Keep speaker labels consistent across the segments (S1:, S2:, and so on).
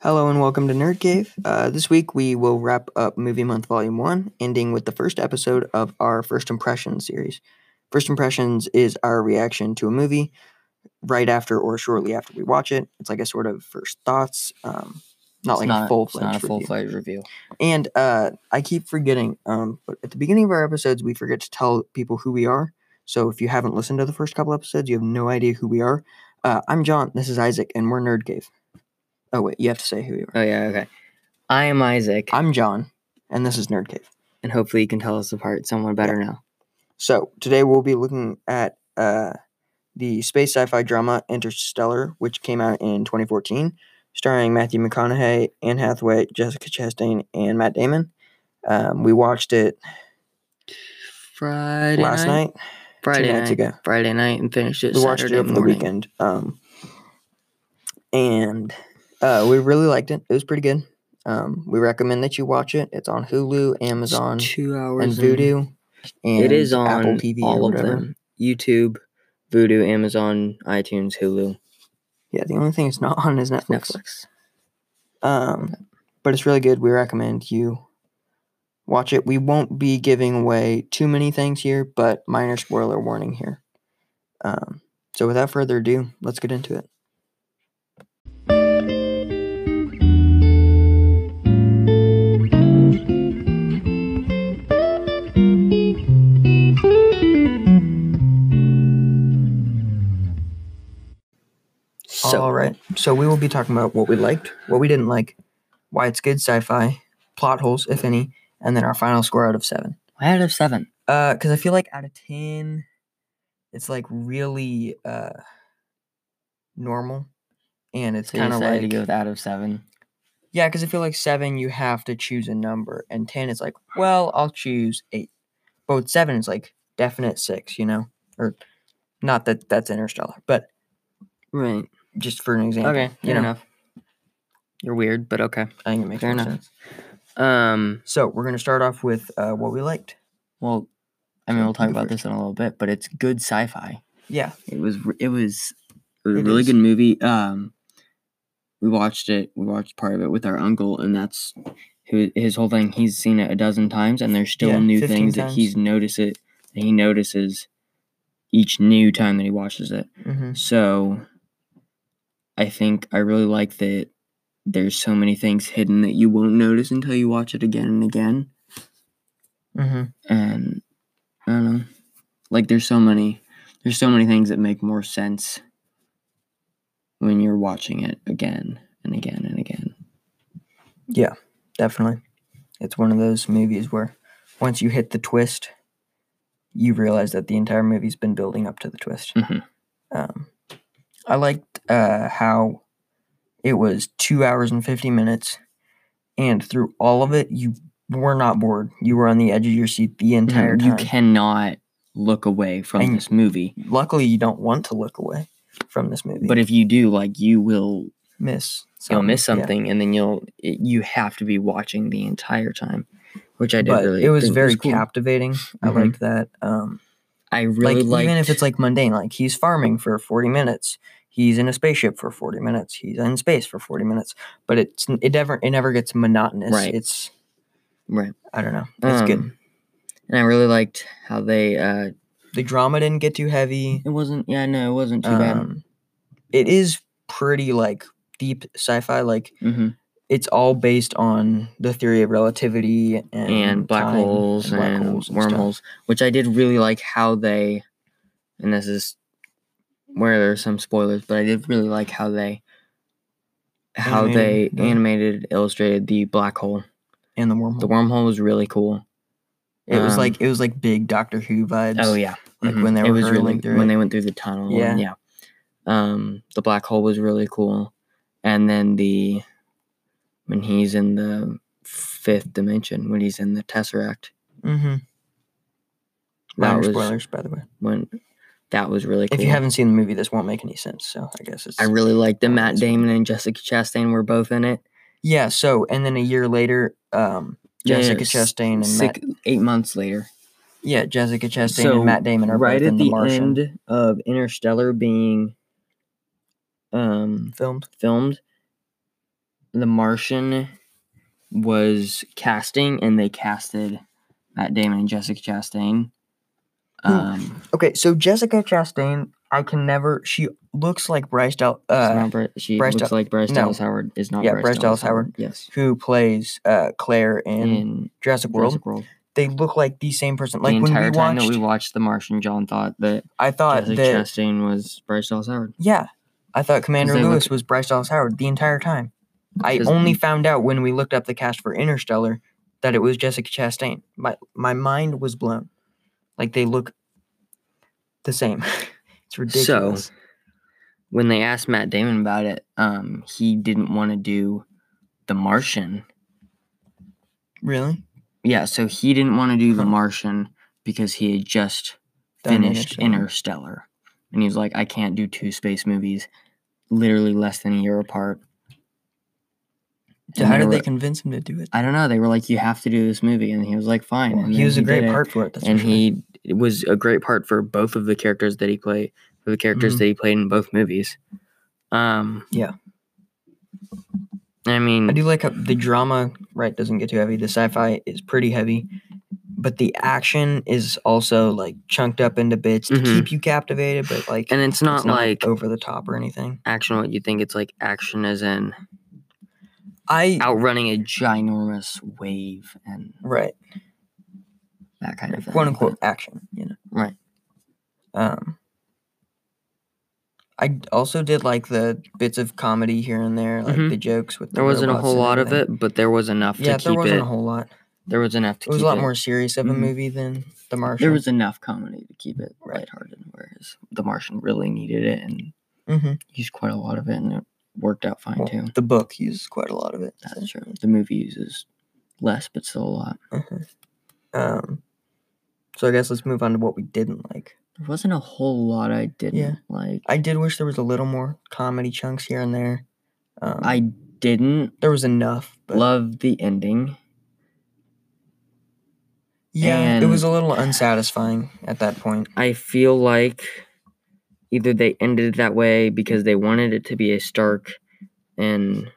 S1: Hello and welcome to Nerd Cave. Uh, this week we will wrap up Movie Month Volume 1, ending with the first episode of our First Impressions series. First Impressions is our reaction to a movie right after or shortly after we watch it. It's like a sort of first thoughts, um, not
S2: It's
S1: like
S2: not,
S1: a full
S2: it's not a
S1: fledged
S2: full fledged review.
S1: And uh, I keep forgetting, um, but at the beginning of our episodes, we forget to tell people who we are. So if you haven't listened to the first couple episodes, you have no idea who we are. Uh, I'm John, this is Isaac, and we're Nerd Cave. Oh, wait, you have to say who you are.
S2: Oh yeah, okay. I am Isaac,
S1: I'm John, and this is Nerd Cave.
S2: and hopefully you can tell us apart somewhat better now.
S1: So today we'll be looking at uh, the space sci-fi drama Interstellar, which came out in 2014, starring Matthew McConaughey, Anne Hathaway, Jessica Chastain, and Matt Damon. Um, we watched it
S2: Friday
S1: last night,
S2: Friday
S1: two
S2: night,
S1: nights ago.
S2: Friday night, and finished it
S1: We watched
S2: Saturday
S1: it over the
S2: morning.
S1: weekend, um, and uh, we really liked it. It was pretty good. Um, we recommend that you watch it. It's on Hulu,
S2: It's
S1: Amazon,
S2: two hours
S1: and Vudu. And
S2: it is on
S1: Apple TV
S2: all
S1: or
S2: of
S1: whatever.
S2: them: YouTube, Voodoo, Amazon, iTunes, Hulu,
S1: Yeah, the only thing it's not on is Netflix.
S2: Netflix.
S1: Um, but it's really good. We recommend you watch it. We won't be giving away too many things here, but minor spoiler warning here. Um, so without further ado, let's get into it.
S2: So
S1: All right. So we will be talking about what we liked, what we didn't like, why it's good sci-fi, plot holes if any, and then our final score out of seven.
S2: out of seven,
S1: Uh, because I feel like out of ten, it's like really uh normal, and it's
S2: so you
S1: kind of
S2: decided
S1: like
S2: to go with out of seven.
S1: yeah, because I feel like seven you have to choose a number, and ten is like well I'll choose eight, but with seven it's like definite six, you know, or not that that's interstellar, but
S2: Right.
S1: just for an example,
S2: Okay.
S1: you
S2: Fair
S1: know,
S2: enough. You're weird, but okay.
S1: I think it makes
S2: Fair
S1: more
S2: enough.
S1: sense.
S2: Um.
S1: So we're gonna start off with uh, what we liked.
S2: Well, I mean,
S1: So,
S2: we'll talk
S1: you
S2: about
S1: first.
S2: this in a little bit, but it's good sci-fi.
S1: Yeah,
S2: It was. r- It was. It was a
S1: It
S2: really
S1: is.
S2: good movie. Um, we watched it. We watched part of it with our uncle, and that's who his whole thing. He's seen it a dozen times, and there's still
S1: Yeah,
S2: new
S1: 15
S2: things that
S1: times.
S2: he's noticed it. That he notices each new time that he watches it.
S1: hmm
S2: So, I think I really like that. There's so many things hidden that you won't notice until you watch it again and again
S1: hmm
S2: and I don't know. Like there's so many there's so many things that make more sense when you're watching it again and again and again.
S1: definitely. It's one of those movies where once you hit the twist, you realize that the entire movie's been building up to the twist.
S2: Mhm.
S1: Um, I liked uh, how it was two hours and 50 minutes, and through all of it, you were not bored. You were on the edge of your seat the entire
S2: Mm-hmm. you
S1: time.
S2: cannot look away from
S1: And-
S2: this movie.
S1: Luckily, you don't want to look away from this movie.
S2: But if you do, like you will
S1: miss,
S2: you'll miss
S1: something. Yeah.
S2: something and then you'll it, you have to be watching the entire time, which I did
S1: But
S2: really
S1: it was
S2: think
S1: very
S2: cool.
S1: captivating. I
S2: Mhm.
S1: liked that. Um,
S2: I really
S1: like
S2: like
S1: even if it's like mundane like he's farming for 40 minutes he's in a spaceship for 40 minutes he's in space for 40 minutes but it's it never it never gets monotonous
S2: Right.
S1: it's
S2: right.
S1: i don't know it's good
S2: Um, And I really liked how they uh
S1: the drama didn't get too heavy
S2: it wasn't yeah, no, it wasn't too bad.
S1: um, it is pretty like deep sci-fi like
S2: Mm-hmm.
S1: it's all based on the theory of relativity and,
S2: and black
S1: time
S2: holes and,
S1: black holes and stuff.
S2: wormholes, which I did really like how they, and this is where there's some spoilers, but I did really like how they, how
S1: Animated,
S2: they
S1: yeah.
S2: animated, illustrated the black hole.
S1: and the wormhole
S2: The wormhole was really cool.
S1: it was
S2: um,
S1: like it was like big doctor who vibes
S2: Oh yeah,
S1: like when they
S2: it
S1: were
S2: was really
S1: hurtling through it.
S2: when they went through the tunnel.
S1: Mm-hmm. Yeah.
S2: Yeah, yeah. Um, the black hole was really cool, and then the when he's in the fifth dimension, when he's in the tesseract,
S1: mm-hmm.
S2: that
S1: minor
S2: was
S1: spoilers by the way
S2: when that was really
S1: If
S2: cool.
S1: you haven't seen the movie, this won't make any sense. So I guess it's
S2: I really liked that
S1: Oh,
S2: Matt
S1: that's fun.
S2: Damon and Jessica Chastain were both in it.
S1: yeah. So and then a year later, um,
S2: Yeah,
S1: Jessica
S2: s-
S1: Chastain and
S2: Six,
S1: Matt,
S2: eight months later,
S1: yeah, Jessica Chastain
S2: So,
S1: and Matt Damon are
S2: right
S1: both in
S2: at the,
S1: Martian
S2: end of Interstellar being um,
S1: filmed.
S2: filmed, The Martian was casting, and they casted Matt Damon and Jessica Chastain.
S1: Who-
S2: Um,
S1: Okay, so Jessica Chastain, I can never. She looks like Bryce Dal,
S2: it's
S1: uh,
S2: not Bri- she
S1: Bryce
S2: looks
S1: Dal-
S2: like Bryce
S1: no.
S2: Dallas Howard. Is not
S1: Yeah,
S2: Bryce,
S1: Bryce Dallas Howard.
S2: Yes,
S1: who plays uh, Claire in,
S2: in,
S1: Jurassic World.
S2: Jurassic World.
S1: They look like the same person.
S2: the
S1: Like when we
S2: entire time
S1: watched,
S2: that we watched The Martian, John thought that
S1: I thought
S2: Jessica
S1: that
S2: Chastain was Bryce Dallas Howard.
S1: yeah, I thought Commander
S2: they look-
S1: Lewis was Bryce Dallas Howard the entire time. I
S2: 'Cause-
S1: only found out when we looked up the cast for Interstellar that it was Jessica Chastain. My my mind was blown. Like they look the same. it's ridiculous.
S2: when they asked Matt Damon about it, um, he didn't want to do The Martian.
S1: really?
S2: Yeah, so he didn't want to do The
S1: Huh.
S2: Martian because he had just
S1: Done
S2: finished
S1: Interstellar.
S2: Interstellar. And he was like, I can't do two space movies literally less than a year apart.
S1: So
S2: And
S1: how did
S2: were-
S1: they convince him to do it?
S2: I don't know. They were like, you have to do this movie. And he was like, fine.
S1: Well,
S2: and
S1: he
S2: then
S1: was a great
S2: did it.
S1: part for it. That's for
S2: and
S1: sure.
S2: he it was a great part for both of the characters that he played for the characters
S1: Mhm.
S2: that he played in both movies um
S1: Yeah.
S2: i mean
S1: I do like how the drama, right, doesn't get too heavy. The sci-fi is pretty heavy, but the action is also like chunked up into bits to
S2: Mhm.
S1: keep you captivated, but like
S2: and it's not, like
S1: over the top or anything.
S2: action what you think it's like action as in
S1: I
S2: outrunning a ginormous wave and
S1: right,
S2: that kind of thing
S1: quote unquote action, you know.
S2: but- right
S1: Um I also did like the bits of comedy here and there, like
S2: Mhm.
S1: the jokes with the
S2: there wasn't a
S1: robots
S2: whole
S1: and
S2: lot of
S1: everything.
S2: it but there was enough
S1: Yeah,
S2: to
S1: there
S2: keep
S1: wasn't
S2: it
S1: a whole lot.
S2: there was enough to
S1: It was a
S2: keep
S1: lot
S2: it-
S1: more serious of a
S2: Mhm.
S1: movie than The Martian.
S2: there was enough comedy to keep it
S1: Right.
S2: lighthearted whereas the martian really needed it and
S1: hmm
S2: used quite a lot of it, and it worked out fine too.
S1: the book uses quite a lot of it. so.
S2: That's true. The movie uses less, but still a lot.
S1: Mm-hmm. Um, so I guess let's move on to what we didn't like.
S2: There wasn't a whole lot I didn't
S1: Yeah.
S2: like.
S1: I did wish there was a little more comedy chunks here and there. Um,
S2: I didn't
S1: there was enough, but
S2: love the ending.
S1: yeah, it was a
S2: and-
S1: little unsatisfying at that point.
S2: I feel like either they ended it that way because they wanted it to be a stark and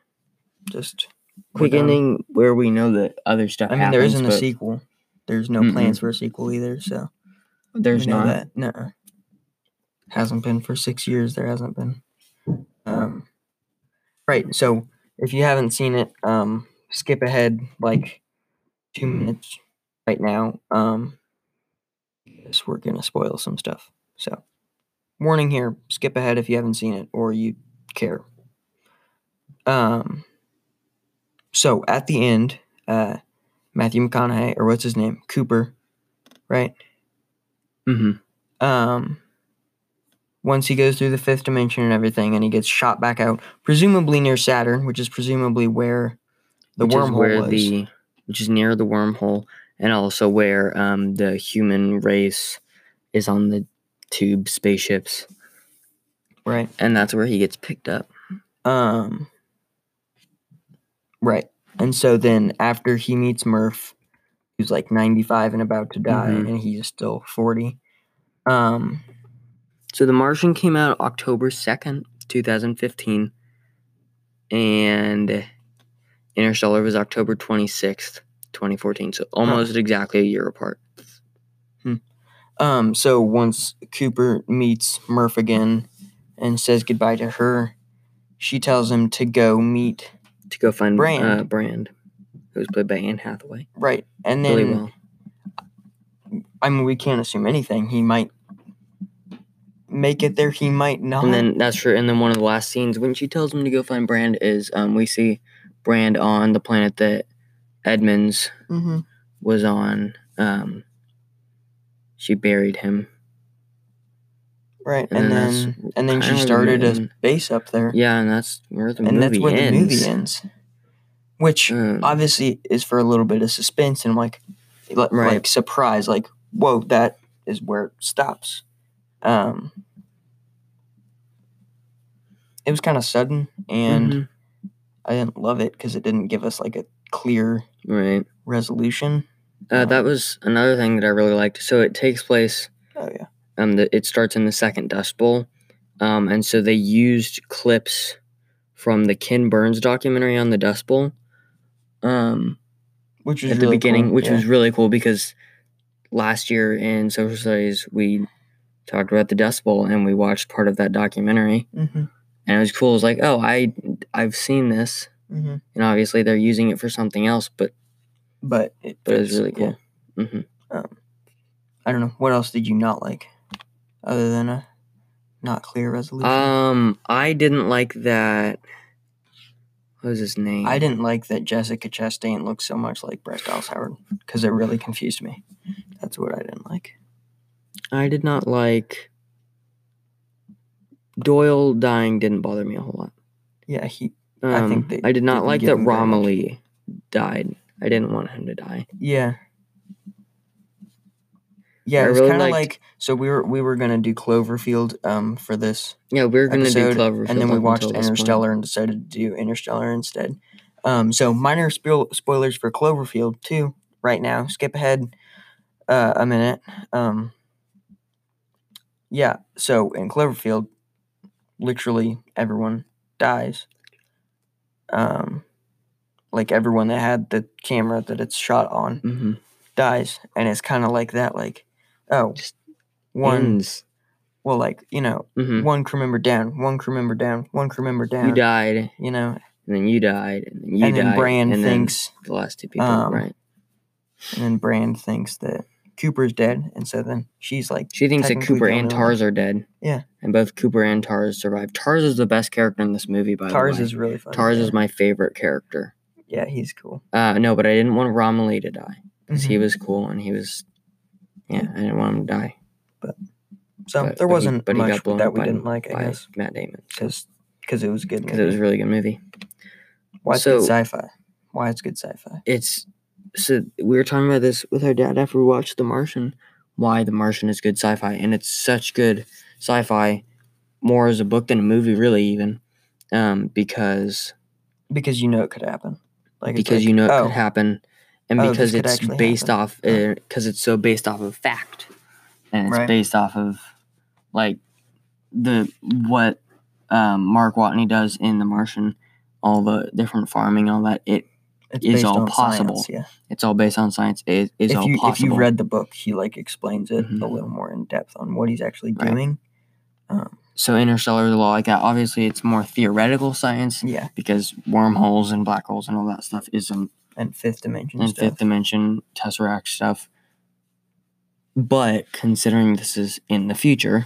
S1: Just we're
S2: quick
S1: done.
S2: ending where we know that other stuff.
S1: I mean, there
S2: happens,
S1: isn't a
S2: but
S1: sequel. There's no
S2: Mm-mm.
S1: plans for a sequel either. So
S2: There's
S1: we know
S2: not.
S1: that. No, hasn't been for six years. There hasn't been. Um, right. So if you haven't seen it, um, skip ahead like two minutes right now. Um, because we're gonna spoil some stuff. So warning here: skip ahead if you haven't seen it or you care. Um. So at the end, uh, Matthew McConaughey or what's his name, Cooper, right?
S2: hmm
S1: um once he goes through the fifth dimension and everything and he gets shot back out presumably near saturn which is presumably where the
S2: which is
S1: wormhole
S2: where
S1: was
S2: the which is near the wormhole and also where um the human race is on the tube spaceships
S1: right
S2: and that's where he gets picked up
S1: um right and so then after he meets murph who's like 95 and about to die
S2: Mhm.
S1: and he's still 40 um
S2: so the martian came out october 2nd 2015 and interstellar was october 26th 2014 so almost exactly a year apart
S1: Um, so once Cooper meets Murph again and says goodbye to her, she tells him to go meet
S2: to go find
S1: Brand.
S2: uh, brand who was played by anne hathaway
S1: right, and then
S2: really well
S1: I mean we can't assume anything. He might make it there. He might not.
S2: And then that's true. And then one of the last scenes when she tells him to go find Brand is um, we see Brand on the planet that Edmonds
S1: hmm
S2: was on. Um, she buried him.
S1: right,
S2: and
S1: and,
S2: then that's
S1: then and then she
S2: kinda the
S1: started a
S2: main-
S1: base up there,
S2: Yeah, and that's where the
S1: and
S2: movie
S1: that's where the
S2: ends.
S1: movie ends. Which
S2: Um,
S1: obviously is for a little bit of suspense and like li-
S2: Right.
S1: like surprise like whoa that is where it stops um it was kind of sudden and
S2: mhm,
S1: i didn't love it because it didn't give us like a clear
S2: right.
S1: resolution
S2: Uh, that was another thing that I really liked. So it takes place
S1: oh yeah
S2: um, the, it starts in the second Dust Bowl, um, and so they used clips from the Ken Burns documentary on the Dust Bowl. Um,
S1: which was
S2: at the
S1: really
S2: beginning,
S1: cool,
S2: which
S1: yeah.
S2: was really cool because last year in social studies we talked about the Dust Bowl and we watched part of that documentary
S1: Mhm,
S2: and it was cool. It was like, oh, I I've seen this,
S1: mhm.
S2: and obviously they're using it for something else, but
S1: But it,
S2: but it was
S1: fits,
S2: really
S1: yeah.
S2: cool. hmm
S1: I don't know what else did you not like, other than a not clear resolution.
S2: Um, I didn't like that. What was his name?
S1: I didn't like that Jessica Chastain looked so much like Bryce Dallas Howard because it really confused me. That's what I didn't like.
S2: I did not like Doyle dying. Didn't bother me a whole lot.
S1: Yeah, he.
S2: Um,
S1: I
S2: I
S1: think they
S2: did not
S1: didn't
S2: like
S1: give
S2: that
S1: him very much.
S2: Romilly died. I didn't want him to die.
S1: Yeah. Yeah,
S2: I
S1: it was
S2: really
S1: kind of
S2: liked-
S1: like so we were we were gonna do Cloverfield um for this
S2: Yeah, we were gonna
S1: episode,
S2: do Cloverfield,
S1: and then
S2: up
S1: we
S2: until
S1: watched
S2: this point.
S1: Interstellar and decided to do Interstellar instead. Um, so minor spoil- spoilers for Cloverfield too. Right now, skip ahead uh, a minute. Um, yeah, so in Cloverfield, literally everyone dies. Um, like everyone that had the camera that it's shot on
S2: Mhm.
S1: dies, and it's kind of like that. Like, oh,
S2: Just
S1: one
S2: Ends.
S1: well, like you know,
S2: Mhm.
S1: one crew member down, one crew member down, one crew member down.
S2: You died, and
S1: You know,
S2: then you died, and then you
S1: and
S2: died,
S1: then Brand
S2: and then
S1: thinks,
S2: the last two people,
S1: um,
S2: right?
S1: and then Brand thinks that Cooper's dead, and so then she's like,
S2: She thinks that
S1: technically
S2: Cooper
S1: the
S2: and
S1: only one.
S2: Tars are dead.
S1: Yeah.
S2: and both Cooper and Tars survived. Tars is the best character in this movie, by
S1: Tars
S2: the way.
S1: is really fun.
S2: Tars
S1: yeah.
S2: is my favorite character.
S1: yeah, he's cool.
S2: Uh, no, but I didn't want Romilly to die. because he
S1: Mhm.
S2: was cool and he was yeah i didn't want him to die
S1: so
S2: but-
S1: there
S2: but he-
S1: wasn't
S2: but he got
S1: much
S2: blown
S1: that
S2: up
S1: we
S2: by-
S1: didn't like, I
S2: by
S1: guess,
S2: matt damon
S1: because it was good.
S2: because it was
S1: movie.
S2: a really good movie
S1: Why it's good
S2: so-
S1: sci-fi? Why it's good sci-fi?
S2: it's so we were talking about this with our dad after we watched the martian why the martian is good sci-fi and it's such good sci-fi more as a book than a movie really even um, because
S1: Because you know it could happen. Like it's
S2: because
S1: like,
S2: you know it
S1: oh,
S2: could happen and
S1: Oh, this
S2: because
S1: could
S2: it's
S1: actually
S2: based
S1: happen. Oh.
S2: off because it's so based off of fact and it's
S1: Right.
S2: based off of like the what um, mark watney does in the martian all the different farming all that it
S1: it's
S2: is
S1: based
S2: all
S1: on
S2: possible.
S1: Science, yeah.
S2: it's all based on science it is
S1: if
S2: all
S1: you if
S2: possible
S1: you read the book, he like explains it a
S2: Mhm.
S1: little more in depth on what he's actually
S2: Right.
S1: doing. Um,
S2: so interstellar is a law like that obviously it's more theoretical science
S1: yeah,
S2: because wormholes and black holes and all that stuff is um,
S1: and fifth dimension
S2: and
S1: stuff.
S2: fifth dimension tesseract stuff but considering this is in the future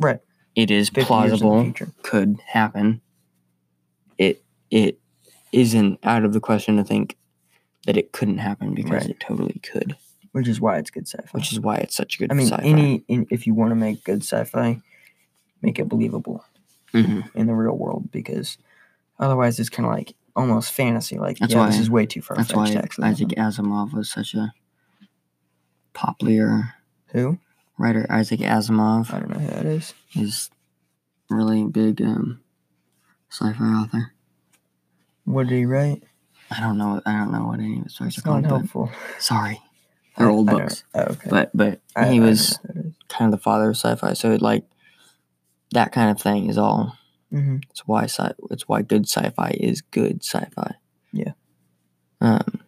S1: Right.
S2: it is
S1: 50 years in the
S2: plausible
S1: future.
S2: could happen it it isn't out of the question to think that it couldn't happen because
S1: Right.
S2: it totally could
S1: which is why it's good sci-fi.
S2: which is why it's such a good
S1: I mean,
S2: sci-fi.
S1: any in, if you want to make good sci-fi, make it believable
S2: Mhm.
S1: in the real world because otherwise it's kind of like almost fantasy. Like,
S2: That's
S1: yeah, this
S2: why-
S1: is way too far
S2: that's
S1: fetched.
S2: why
S1: Actually,
S2: Isaac Asimov was such a popular
S1: who?
S2: writer Isaac Asimov
S1: I don't know who that is.
S2: is really big um, sci-fi author
S1: What did he write?
S2: I don't know. I don't know what any of his books are
S1: It's not
S2: called. but-
S1: helpful.
S2: sorry, they're old
S1: Oh, I don't-
S2: books.
S1: Oh, okay.
S2: But but
S1: I- I
S2: he
S1: don't
S2: was
S1: know who that is.
S2: kind of the father of sci-fi. So it, like that kind of thing is all.
S1: Mhm.
S2: It's why sci. It's why good sci-fi is good sci-fi.
S1: Yeah.
S2: Um.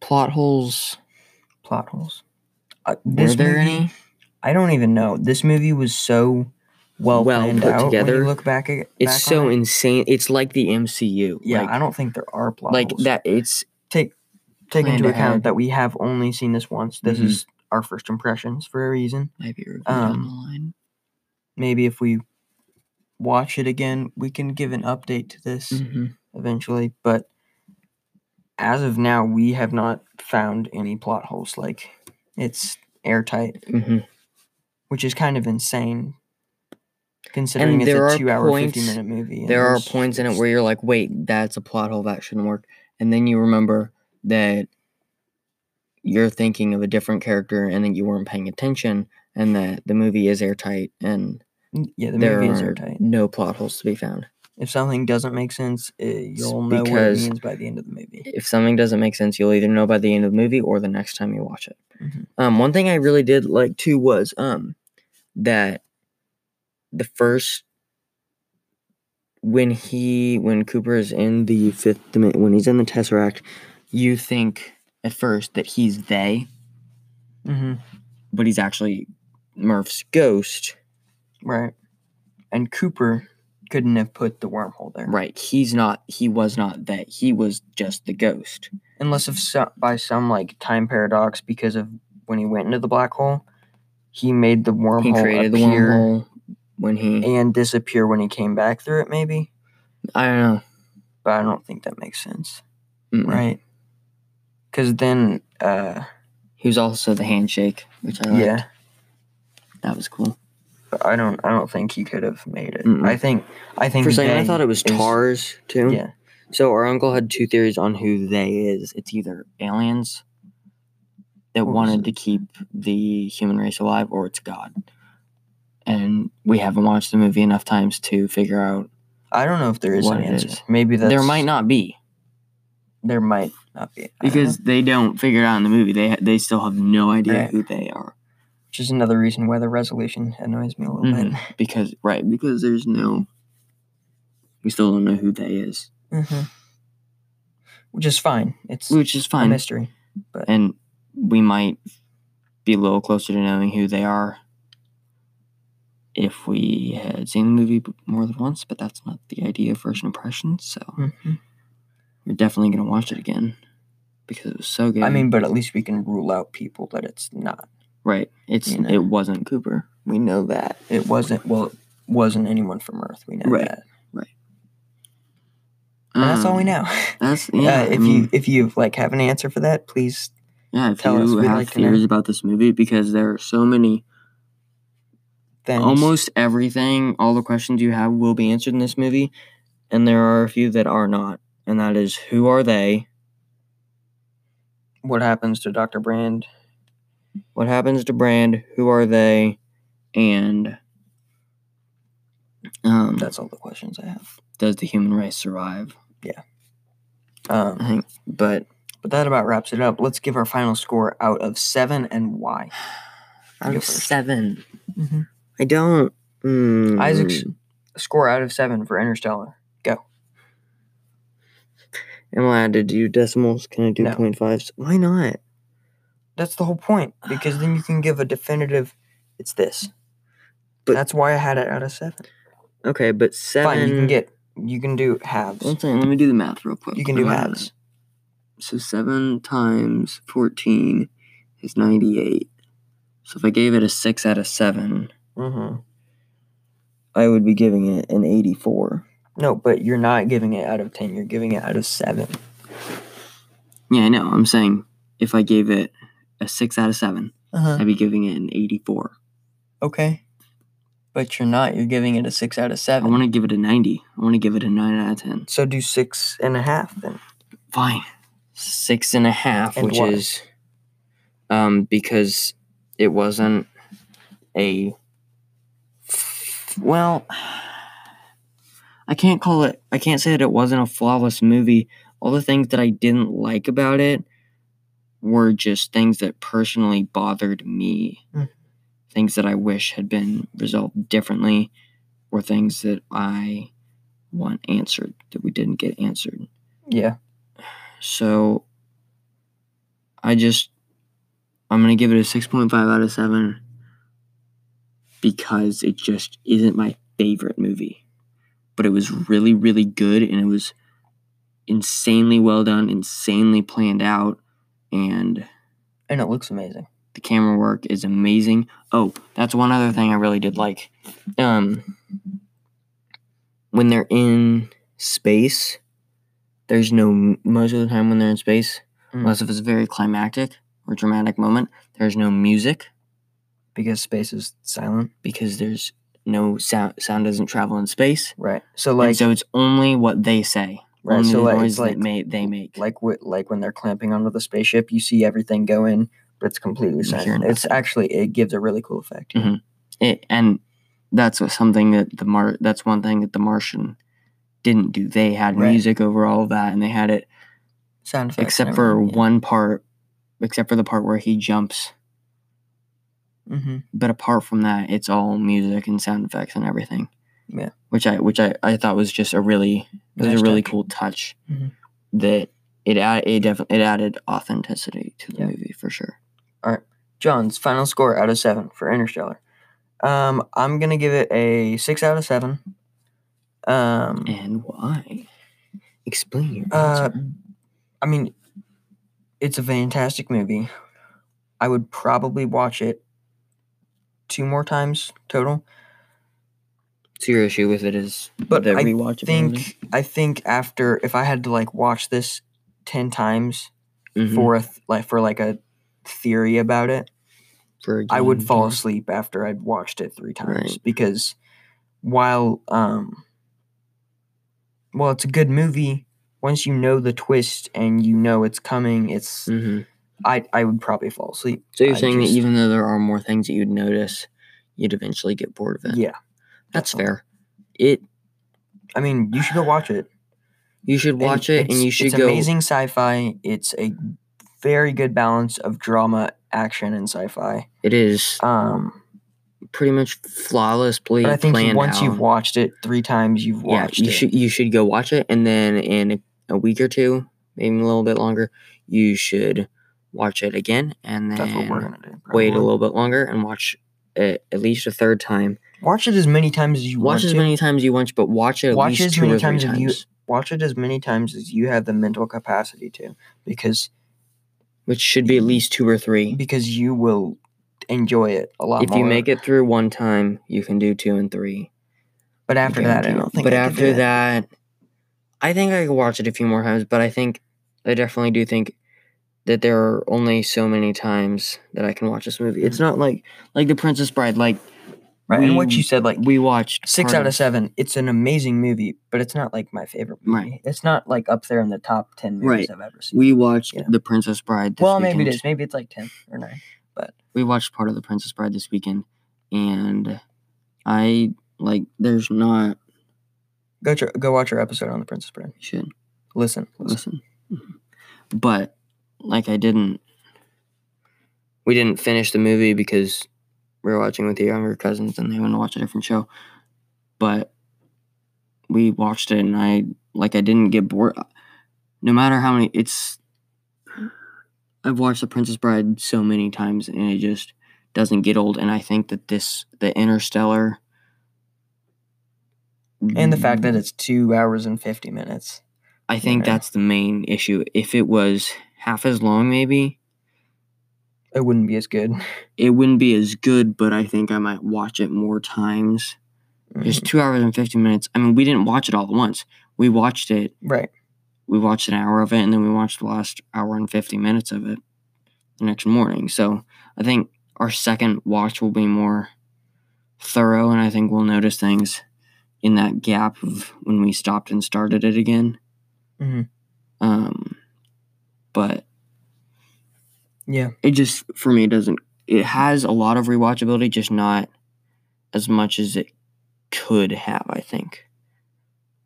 S2: Plot holes.
S1: plot holes. Uh,
S2: Were
S1: this
S2: there
S1: movie-
S2: any?
S1: I don't even know. This movie was so well,
S2: Well
S1: planned
S2: put
S1: out. When
S2: together.
S1: you look back, at,
S2: It's
S1: back on
S2: so
S1: it.
S2: insane. It's like the MCU.
S1: yeah.
S2: Like,
S1: I don't think there are plot
S2: like
S1: holes.
S2: that. It's
S1: take take
S2: planned
S1: into account
S2: ahead.
S1: that we have only seen this once. This
S2: Mhm.
S1: is our first impressions for a reason.
S2: maybe reviewed
S1: Um,
S2: down the line.
S1: Maybe if we watch it again, we can give an update to this
S2: Mhm.
S1: eventually. But as of now, we have not found any plot holes. Like it's airtight,
S2: Mhm.
S1: which is kind of insane. Considering it's
S2: there
S1: a
S2: are
S1: two-hour,
S2: points-
S1: fifty-minute movie, and
S2: there are
S1: there's-
S2: points in it
S1: it's-
S2: where you're like, wait, that's a plot hole that shouldn't work. And then you remember that you're thinking of a different character and that you weren't paying attention and that the movie is airtight and
S1: N- Yeah, the
S2: there
S1: movies
S2: are
S1: are tight.
S2: no plot holes to be found.
S1: If something doesn't make sense, uh, you'll know what it
S2: because-
S1: means by the end of the movie.
S2: If something doesn't make sense, you'll either know by the end of the movie or the next time you watch it.
S1: Mhm.
S2: Um, one thing I really did like too was um that the first when he when Cooper is in the fifth dimen- when he's in the Tesseract, you think at first that he's they,
S1: Mm-hmm.
S2: but he's actually Murph's ghost.
S1: Right. And Cooper couldn't have put the wormhole there.
S2: Right. He's not he was not that. He was just the ghost.
S1: Unless if so, by some like time paradox because of when he went into the black hole, he made the wormhole
S2: he created the
S1: appear
S2: wormhole when he
S1: and disappear when he came back through it maybe,
S2: I don't know.
S1: but I don't think that makes sense.
S2: Mm-mm.
S1: Right. Cuz then uh
S2: He was also the handshake, which I liked.
S1: yeah.
S2: That was cool.
S1: But I don't. I don't think he could have made it.
S2: Mm-mm.
S1: I think. I think.
S2: For a second, I
S1: they
S2: thought it was
S1: is-
S2: Tars too.
S1: Yeah.
S2: So our uncle had two theories on who they is. It's either aliens that
S1: What was
S2: wanted to keep the human race alive, or it's God. And we haven't watched the movie enough times to figure out.
S1: I don't know if there is
S2: What
S1: an
S2: it
S1: answer.
S2: is.
S1: Maybe that's,
S2: there might not be
S1: There might not be. I don't
S2: because
S1: know.
S2: they don't figure it out in the movie. They ha- they still have no idea
S1: Right.
S2: who they are
S1: which is another reason why the resolution annoys me a little bit.
S2: because right because there's no. We still don't know who they is,
S1: hmm Which is fine. It's
S2: which is
S1: a
S2: Mm, fine.
S1: mystery.
S2: and we might be a little closer to knowing who they are if we had seen the movie b- more than once, but that's not the idea of first impressions. So
S1: Mhm.
S2: we're definitely gonna watch it again because it was so good.
S1: I mean, but at least we can rule out people that it's not.
S2: right? It's
S1: you know.
S2: it wasn't Cooper. We know that.
S1: It wasn't. Well, it wasn't anyone from Earth. We know
S2: Right.
S1: that. And that's all we
S2: Um,
S1: know.
S2: That's yeah.
S1: Yeah.
S2: I
S1: if you
S2: mean,
S1: if you like have an answer for that, please.
S2: yeah, if
S1: tell us,
S2: you
S1: we'd
S2: have
S1: like to know.
S2: theories about this movie because there are so many.
S1: Then
S2: almost everything, all the questions you have will be answered in this movie, and there are a few that are not. And that is who are they?
S1: what happens to Doctor Brand?
S2: What happens to Brand? Who are they? And um,
S1: That's all the questions I have.
S2: does the human race survive?
S1: Um,
S2: I think, but
S1: But that about wraps it up. Let's give our final score out of seven and why.
S2: out
S1: go
S2: of
S1: first.
S2: 7 I don't. Mm,
S1: Isaac's- Score out of seven for Interstellar.
S2: Am I allowed to do decimals? Can I do
S1: No.
S2: point fives? Why not?
S1: That's the whole point because then you can give a definitive. It's this.
S2: But-
S1: that's why I had it out of seven.
S2: Okay, but seven.
S1: Fine, you can get. You can do halves.
S2: One second, let me do the math real quick.
S1: You can do
S2: Hold on.
S1: halves.
S2: So 7 times 14 is 98. So if I gave it a 6 out of 7,
S1: hmm
S2: I would be giving it an 84.
S1: No, but you're not giving it out of ten. You're giving it out of seven.
S2: Yeah, I know. I'm saying if I gave it a 6 out of 7,
S1: Uh-huh.
S2: I'd be giving it an 84.
S1: Okay. But you're not. You're giving it a six out of
S2: I
S1: seven.
S2: want to give it a 90. I want to give it a 9 out of 10.
S1: so do six and a half then.
S2: Fine. Six and a half,
S1: And
S2: which
S1: why?
S2: is um because it wasn't a well I can't call it I can't say that it wasn't a flawless movie. All the things that I didn't like about it were just things that personally bothered me.
S1: Mm.
S2: Things that I wish had been resolved differently or things that I want answered that we didn't get answered.
S1: Yeah.
S2: So I just I'm gonna give it a 6.5 out of 7 because it just isn't my favorite movie. But it was really, really good and it was insanely well done, insanely planned out, and
S1: And it looks amazing.
S2: the camera work is amazing. Oh, that's one other thing I really did like. Um, when they're in space, there's no most of the time when they're in space,
S1: Mm.
S2: unless if it's a very climactic or dramatic moment, there's no music
S1: because space is silent.
S2: because there's no sound. Sound doesn't travel in space,
S1: Right. So
S2: like
S1: like
S2: so it's only what they say,
S1: right.
S2: only
S1: So
S2: the
S1: like
S2: noise
S1: it's like
S2: that ma- they make.
S1: like what like when they're clamping onto the spaceship, you see everything go in, but it's completely
S2: You hear
S1: silent. It's
S2: nothing.
S1: actually it gives a really cool effect.
S2: Mhm. it, and that's what- something that the Mar. That's one thing that the Martian didn't do. They had
S1: Right.
S2: music over all of that, and they had it
S1: Sound effects.
S2: except for one part, except for the part where he jumps.
S1: Mm-hmm.
S2: But apart from that, it's all music and sound effects and everything.
S1: Yeah.
S2: Which I which I, I thought was just a really it was
S1: Nice
S2: a really
S1: touch.
S2: cool touch
S1: Mhm.
S2: that it add, it definitely it added authenticity to the
S1: Yeah.
S2: movie for sure.
S1: John's final score out of seven for Interstellar. Um, I'm gonna give it a six out of seven. Um,
S2: And why? Explain your
S1: Uh,
S2: answer.
S1: I mean, it's a fantastic movie. I would probably watch it two more times total.
S2: So your issue with it is
S1: But
S2: the
S1: I
S2: rewatchability?
S1: Think I think after if I had to like watch this ten times
S2: Mhm.
S1: for a th- like for like a theory about it,
S2: For
S1: I would
S2: John
S1: fall
S2: Doe.
S1: asleep after I'd watched it three times
S2: Right.
S1: because while um well it's a good movie once you know the twist and you know it's coming it's
S2: Mhm.
S1: I I would probably fall asleep.
S2: So you're
S1: I
S2: saying
S1: just-
S2: that even though there are more things that you'd notice, you'd eventually get bored of it.
S1: Yeah.
S2: That's
S1: definitely.
S2: fair. It
S1: I mean, you should go watch it.
S2: you should
S1: And
S2: watch it and
S1: it's-
S2: you should
S1: it's
S2: go
S1: amazing sci-fi. It's a very good balance of drama, action and sci-fi.
S2: it is
S1: Um
S2: pretty much flawlessly
S1: but I think
S2: planned
S1: once
S2: out.
S1: you've watched it 3 times you've
S2: yeah,
S1: watched
S2: you
S1: it.
S2: should you should go watch it, and then in a, a week or two, maybe a little bit longer, you should watch it again, and then
S1: That's what we're going to do.
S2: wait a
S1: probably.
S2: little bit longer and watch it at least a third time.
S1: Watch it as many times as you
S2: Watch
S1: want
S2: as
S1: to.
S2: many times you want, to, but watch it at
S1: Watch
S2: least
S1: as
S2: two
S1: many
S2: or three
S1: times if you-
S2: times,
S1: watch it as many times as you have the mental capacity to because
S2: which should be at least two or three.
S1: because you will enjoy it a lot
S2: If
S1: more.
S2: you make it through one time, you can do two and three.
S1: but after that, I
S2: guarantee it.
S1: don't think.
S2: But
S1: I could do
S2: after that. I think I could watch it a few more times. But I think I definitely do think that there are only so many times that I can watch this movie. It's not like like The Princess Bride. Like
S1: right, and what
S2: we-
S1: you said, like
S2: we watched
S1: six
S2: part
S1: out of seven, it's an amazing movie, but it's not like my favorite. Movie.
S2: Right.
S1: it's not like up there in the top ten movies
S2: Right.
S1: I've ever seen.
S2: We watched
S1: Yeah.
S2: The Princess Bride. This
S1: well, maybe it
S2: weekend.
S1: is. Maybe it's like ten or nine.
S2: We watched part of The Princess Bride this weekend, and I like. There's not.
S1: Go tr- go watch our episode on the Princess Bride.
S2: You should
S1: Listen, listen.
S2: listen. Mm-hmm. But like I didn't we didn't finish the movie because we were watching with the younger cousins and they wanted to watch a different show. But we watched it and I like I didn't get bored no matter how many it's I've watched The Princess Bride so many times and it just doesn't get old and I think that this the interstellar
S1: and the fact that it's two hours and fifty minutes.
S2: I think
S1: Yeah.
S2: that's the main issue. If it was half as long, maybe
S1: It wouldn't be as good.
S2: it wouldn't be as good, but I think I might watch it more times. There's
S1: Mhm.
S2: two hours and 15 minutes. I mean, we didn't watch it all at once. We watched it,
S1: right.
S2: we watched an hour of it, and then we watched the last hour and 50 minutes of it the next morning. So I think our second watch will be more thorough, and I think we'll notice things in that gap of when we stopped and started it again.
S1: Mhm.
S2: Um, but
S1: Yeah.
S2: it just for me doesn't it has a lot of rewatchability just not as much as it could have i think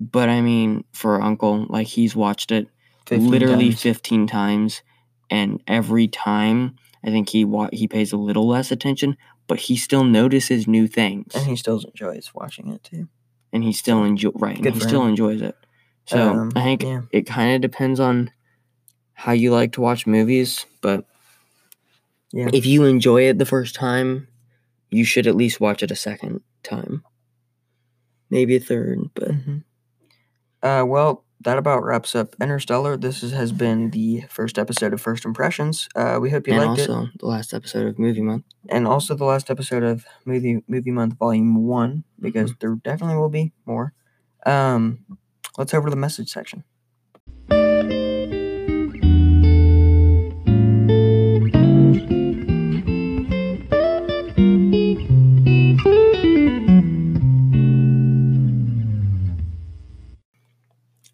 S2: but i mean for uncle like he's watched it
S1: 15
S2: literally
S1: times.
S2: 15 times and every time i think he wa- he pays a little less attention but he still notices new things
S1: and he still enjoys watching it too.
S2: and he still enjoy right and
S1: Good
S2: he
S1: for
S2: still
S1: him.
S2: enjoys it so
S1: Um,
S2: i think
S1: yeah.
S2: it kind of depends on how you like to watch movies but
S1: Yeah.
S2: if you enjoy it the first time you should at least watch it a second time maybe a third but
S1: Mhm.
S2: Mm-hmm.
S1: Uh, well, that about wraps up Interstellar. This is, has been the first episode of First Impressions. Uh, we hope you
S2: and
S1: liked it,
S2: also the last episode of movie month
S1: and also the last episode of Movie Movie Month Volume One, because there definitely will be more. Um, let's over to the message section.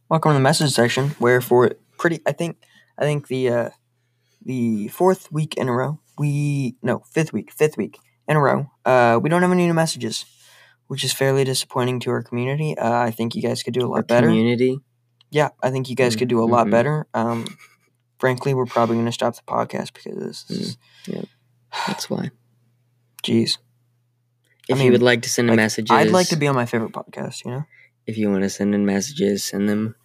S1: Welcome to the message section, where for pretty, I think, I think the uh, the fourth week in a row, we no fifth week, fifth week in a row, uh, we don't have any new messages, which is fairly disappointing to our community. Uh, I think you guys could do a lot
S2: our
S1: better.
S2: community
S1: Yeah, I think you guys could do a lot
S2: Mhm.
S1: better. Um, frankly, we're probably going to stop
S2: Mm.
S1: the podcast because this is,
S2: that's why
S1: jeez,
S2: If
S1: mean,
S2: you would like to send
S1: like,
S2: messages,
S1: I'd like to be on my favorite podcast, you know?
S2: If you want to send in messages, send them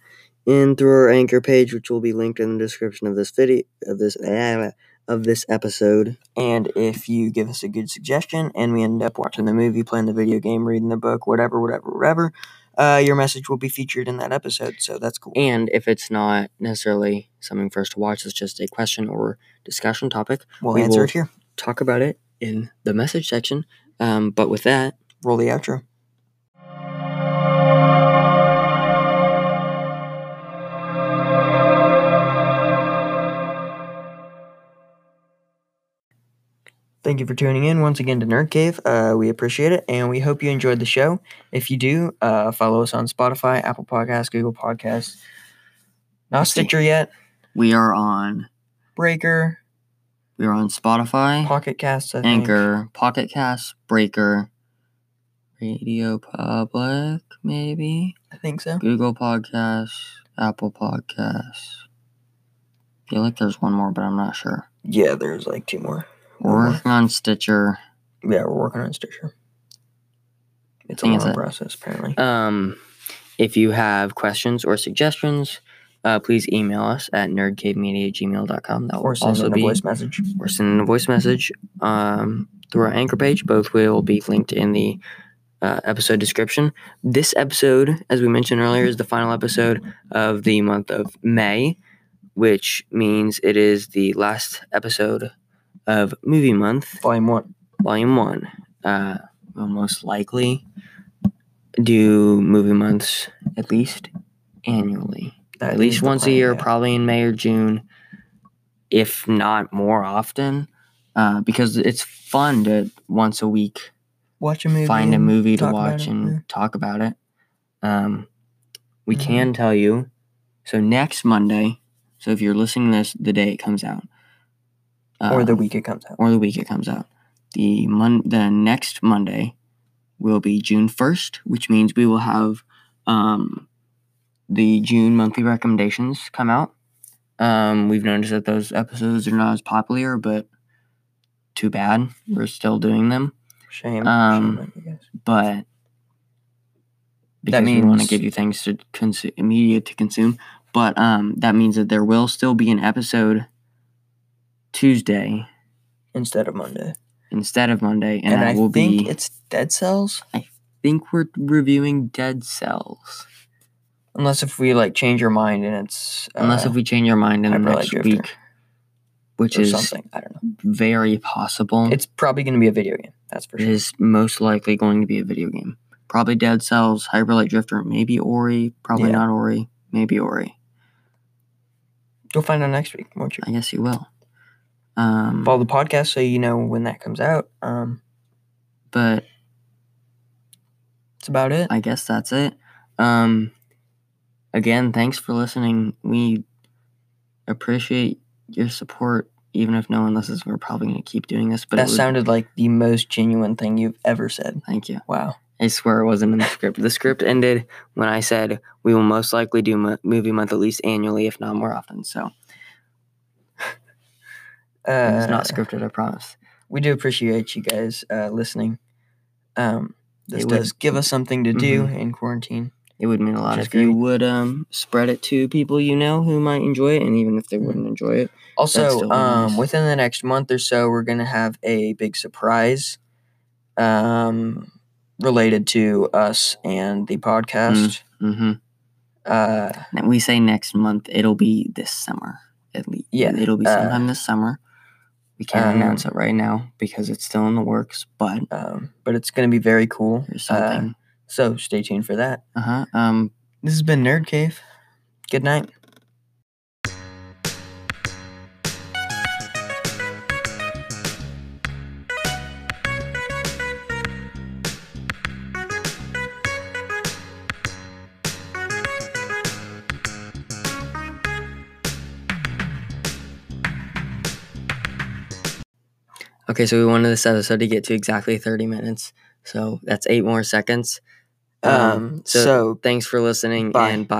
S2: in through our anchor page, which will be linked in the description of this video of this eh, of this episode.
S1: And if you give us a good suggestion and we end up watching the movie, playing the video game, reading the book, whatever, whatever, whatever, uh, your message will be featured in that episode. So that's cool.
S2: And if it's not necessarily something for us to watch, it's just a question or discussion topic,
S1: We'll
S2: we
S1: answer
S2: will-
S1: it here.
S2: talk about it in the message section. Um, but with that,
S1: Roll the outro. Thank you for tuning in once again to Nerd Cave. Uh, we appreciate it, and we hope you enjoyed the show. If you do, uh, follow us on Spotify, Apple Podcasts, Google Podcasts, not
S2: Let's see.
S1: Stitcher yet,
S2: we are on
S1: Breaker,
S2: we are on Spotify,
S1: Pocket Casts, I think.
S2: Anchor, Pocket Cast, Breaker, Radio Public, maybe
S1: I think so.
S2: Google Podcasts, Apple Podcasts. I feel like there's one more, but I'm not sure.
S1: Yeah, there's like two more.
S2: We're working on Stitcher.
S1: Yeah, we're working on Stitcher. It's a
S2: Thing is
S1: long
S2: that-
S1: process, apparently.
S2: Um, if you have questions or suggestions, uh, please email us at nerdcavemedia@gmail.com. That will
S1: or send
S2: also
S1: in a
S2: be
S1: voice message.
S2: or send in a voice message um, through our anchor page. Both will be linked in the uh, episode description. This episode, as we mentioned earlier, is the final episode of the month of May, which means it is the last episode of Movie Month,
S1: Volume one.
S2: Volume 1. Uh, we'll most likely do Movie Months at least annually
S1: That
S2: at least
S1: is the
S2: once a
S1: plan,
S2: year,
S1: yeah.
S2: probably in May or June, if not more often, uh, because it's fun to once a week
S1: Watch a movie.
S2: find a
S1: and
S2: movie to
S1: talk about
S2: watch
S1: it,
S2: and
S1: yeah.
S2: talk about it. Um, we
S1: Mhm.
S2: can tell you. So next Monday, so if you're listening to this the day it comes out, uh,
S1: or the week it comes out.
S2: or the week it comes out, the mon- the next Monday will be June first, which means we will have um, the June monthly recommendations come out. Um, we've noticed that those episodes are not as popular, but too bad we're still doing them.
S1: Shame.
S2: um,
S1: shame on you guys.
S2: But because we want to
S1: means-
S2: give you things to consume, media to consume. But um, that means that there will still be an episode Tuesday
S1: Instead of Monday.
S2: instead of Monday, and,
S1: And,
S2: that
S1: I
S2: will
S1: think
S2: be.
S1: it's Dead Cells.
S2: think we're reviewing Dead Cells.
S1: Unless if we like change your mind and it's uh,
S2: Unless if we change our mind in the
S1: Hyperlight
S2: next
S1: Drifter.
S2: week, which
S1: or
S2: is
S1: something. I don't know.
S2: very possible.
S1: It's probably gonna be a video game, that's for
S2: it
S1: sure.
S2: is most likely going to be a video game. Probably Dead Cells, Hyperlight Drifter, maybe Ori, probably
S1: Yeah.
S2: not Ori, maybe Ori.
S1: Go find out next week, won't you?
S2: I guess you will. Um,
S1: Follow the podcast so you know when that comes out. Um
S2: but
S1: that's about it.
S2: I guess that's it. Um, again, thanks for listening. We appreciate your support, even if no one listens. We're probably going to keep doing this, but it
S1: that
S2: was-
S1: sounded like the most genuine thing you've ever said.
S2: Thank you.
S1: Wow.
S2: I swear it wasn't in the script. The script ended when I said we will most likely do mo- movie month at least annually, if not more often. So
S1: Uh,
S2: it's not scripted, I promise.
S1: we do appreciate you guys uh, listening. Um, this
S2: It would- Mm-hmm.
S1: does give us something to do in quarantine.
S2: It would mean a lot
S1: Which is
S2: if you
S1: great.
S2: would um spread it to people you know who might enjoy it, and even if they wouldn't enjoy it,
S1: Also,
S2: still
S1: um,
S2: nice.
S1: within the next month or so, we're gonna have a big surprise um, related to us and the podcast.
S2: mm-hmm.
S1: Uh,
S2: we say next month, it'll be this summer at least.
S1: Yeah,
S2: it'll be
S1: uh,
S2: sometime this summer. We can't
S1: um,
S2: announce it right now because it's still in the works, but
S1: um, but it's gonna be very cool.
S2: there's
S1: Uh,
S2: something.
S1: so stay tuned for that.
S2: Uh huh. Um,
S1: This has been Nerd Cave. Good night.
S2: Okay, so we wanted this episode to get to exactly 30 minutes. So that's eight more seconds. Um,
S1: Um,
S2: so-
S1: so
S2: Thanks for listening
S1: Bye.
S2: and bye.